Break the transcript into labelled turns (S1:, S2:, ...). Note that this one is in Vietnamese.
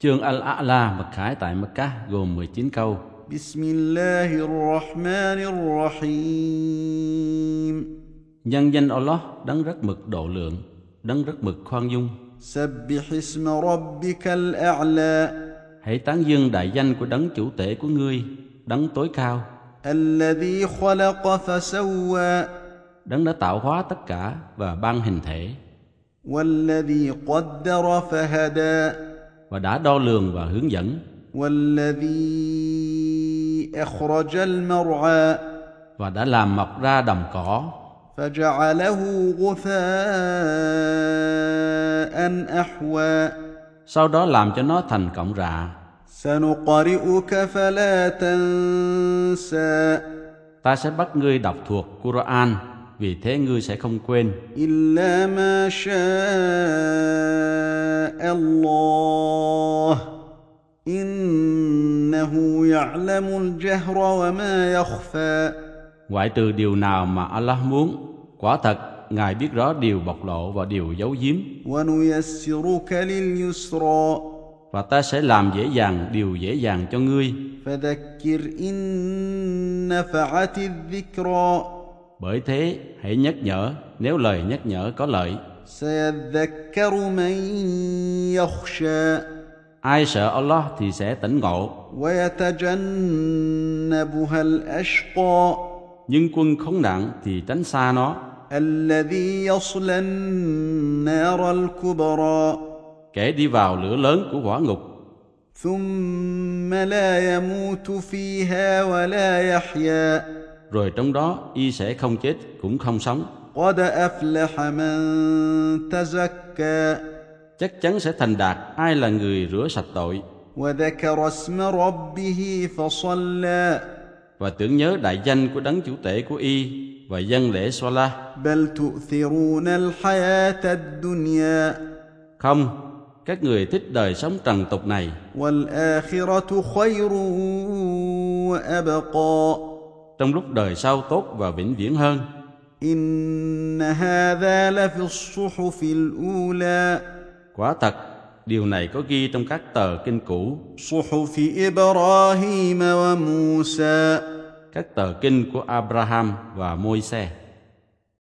S1: Chương Al-A'la mặc khải tại Mecca gồm 19 câu.
S2: بسم الله الرحمن الرحيم
S1: Nhân danh Allah đấng rất mực độ lượng, đấng rất mực khoan dung.
S2: سبح اسم ربك الأعلى
S1: Hãy tán dương đại danh của đấng chủ tể của ngươi, đấng tối cao,
S2: الذي خلق فسوى
S1: đấng đã tạo hóa tất cả và ban hình thể
S2: والذي قدر فهدى
S1: và đã đo lường và hướng dẫn
S2: والذي أخرج المرعى
S1: và đã làm mọc ra đồng cỏ
S2: فجعله غثاء أحوى
S1: sau đó làm cho nó thành cọng rạ
S2: سنقرئك فلا تنسى
S1: ta sẽ bắt ngươi đọc thuộc Quran vì thế ngươi sẽ không quên
S2: إلا ما شاء الله إنه يعلم الجهر وما يخفى
S1: ngoại trừ điều nào mà Allah muốn quả thật ngài biết rõ điều bộc lộ và điều giấu giếm
S2: ونيسرك لليسرى
S1: và ta sẽ làm dễ dàng điều dễ dàng cho ngươi
S2: فذكر إن نفعت الذكرى
S1: bởi thế hãy nhắc nhở nếu lời nhắc nhở có lợi
S2: سيذكر من يخشى
S1: ai sợ Allah thì sẽ tỉnh ngộ
S2: ويتجنبها الأشقى
S1: nhưng quân khốn nạn thì tránh xa nó
S2: الذي يصلى النار الكبرى
S1: kẻ đi vào lửa lớn của hỏa ngục
S2: ثم لا يموت فيها ولا يحيا
S1: rồi trong đó y sẽ không chết cũng không sống
S2: قد أفلح من تزكى
S1: chắc chắn sẽ thành đạt ai là người rửa sạch tội
S2: وذكر اسم ربه فصلى
S1: và tưởng nhớ đại danh của đấng chủ tể của y và dân lễ Salah
S2: بل تؤثرون الحياة الدنيا
S1: không các người thích đời sống trần tục này
S2: والآخرة خير وأبقى
S1: trong lúc đời sau tốt và vĩnh viễn hơn
S2: إن هذا لفي الصحف الأولى
S1: quả thật điều này có ghi trong các tờ kinh cũ
S2: صحف إبراهيم وموسى
S1: các tờ kinh của Abraham và Môi-se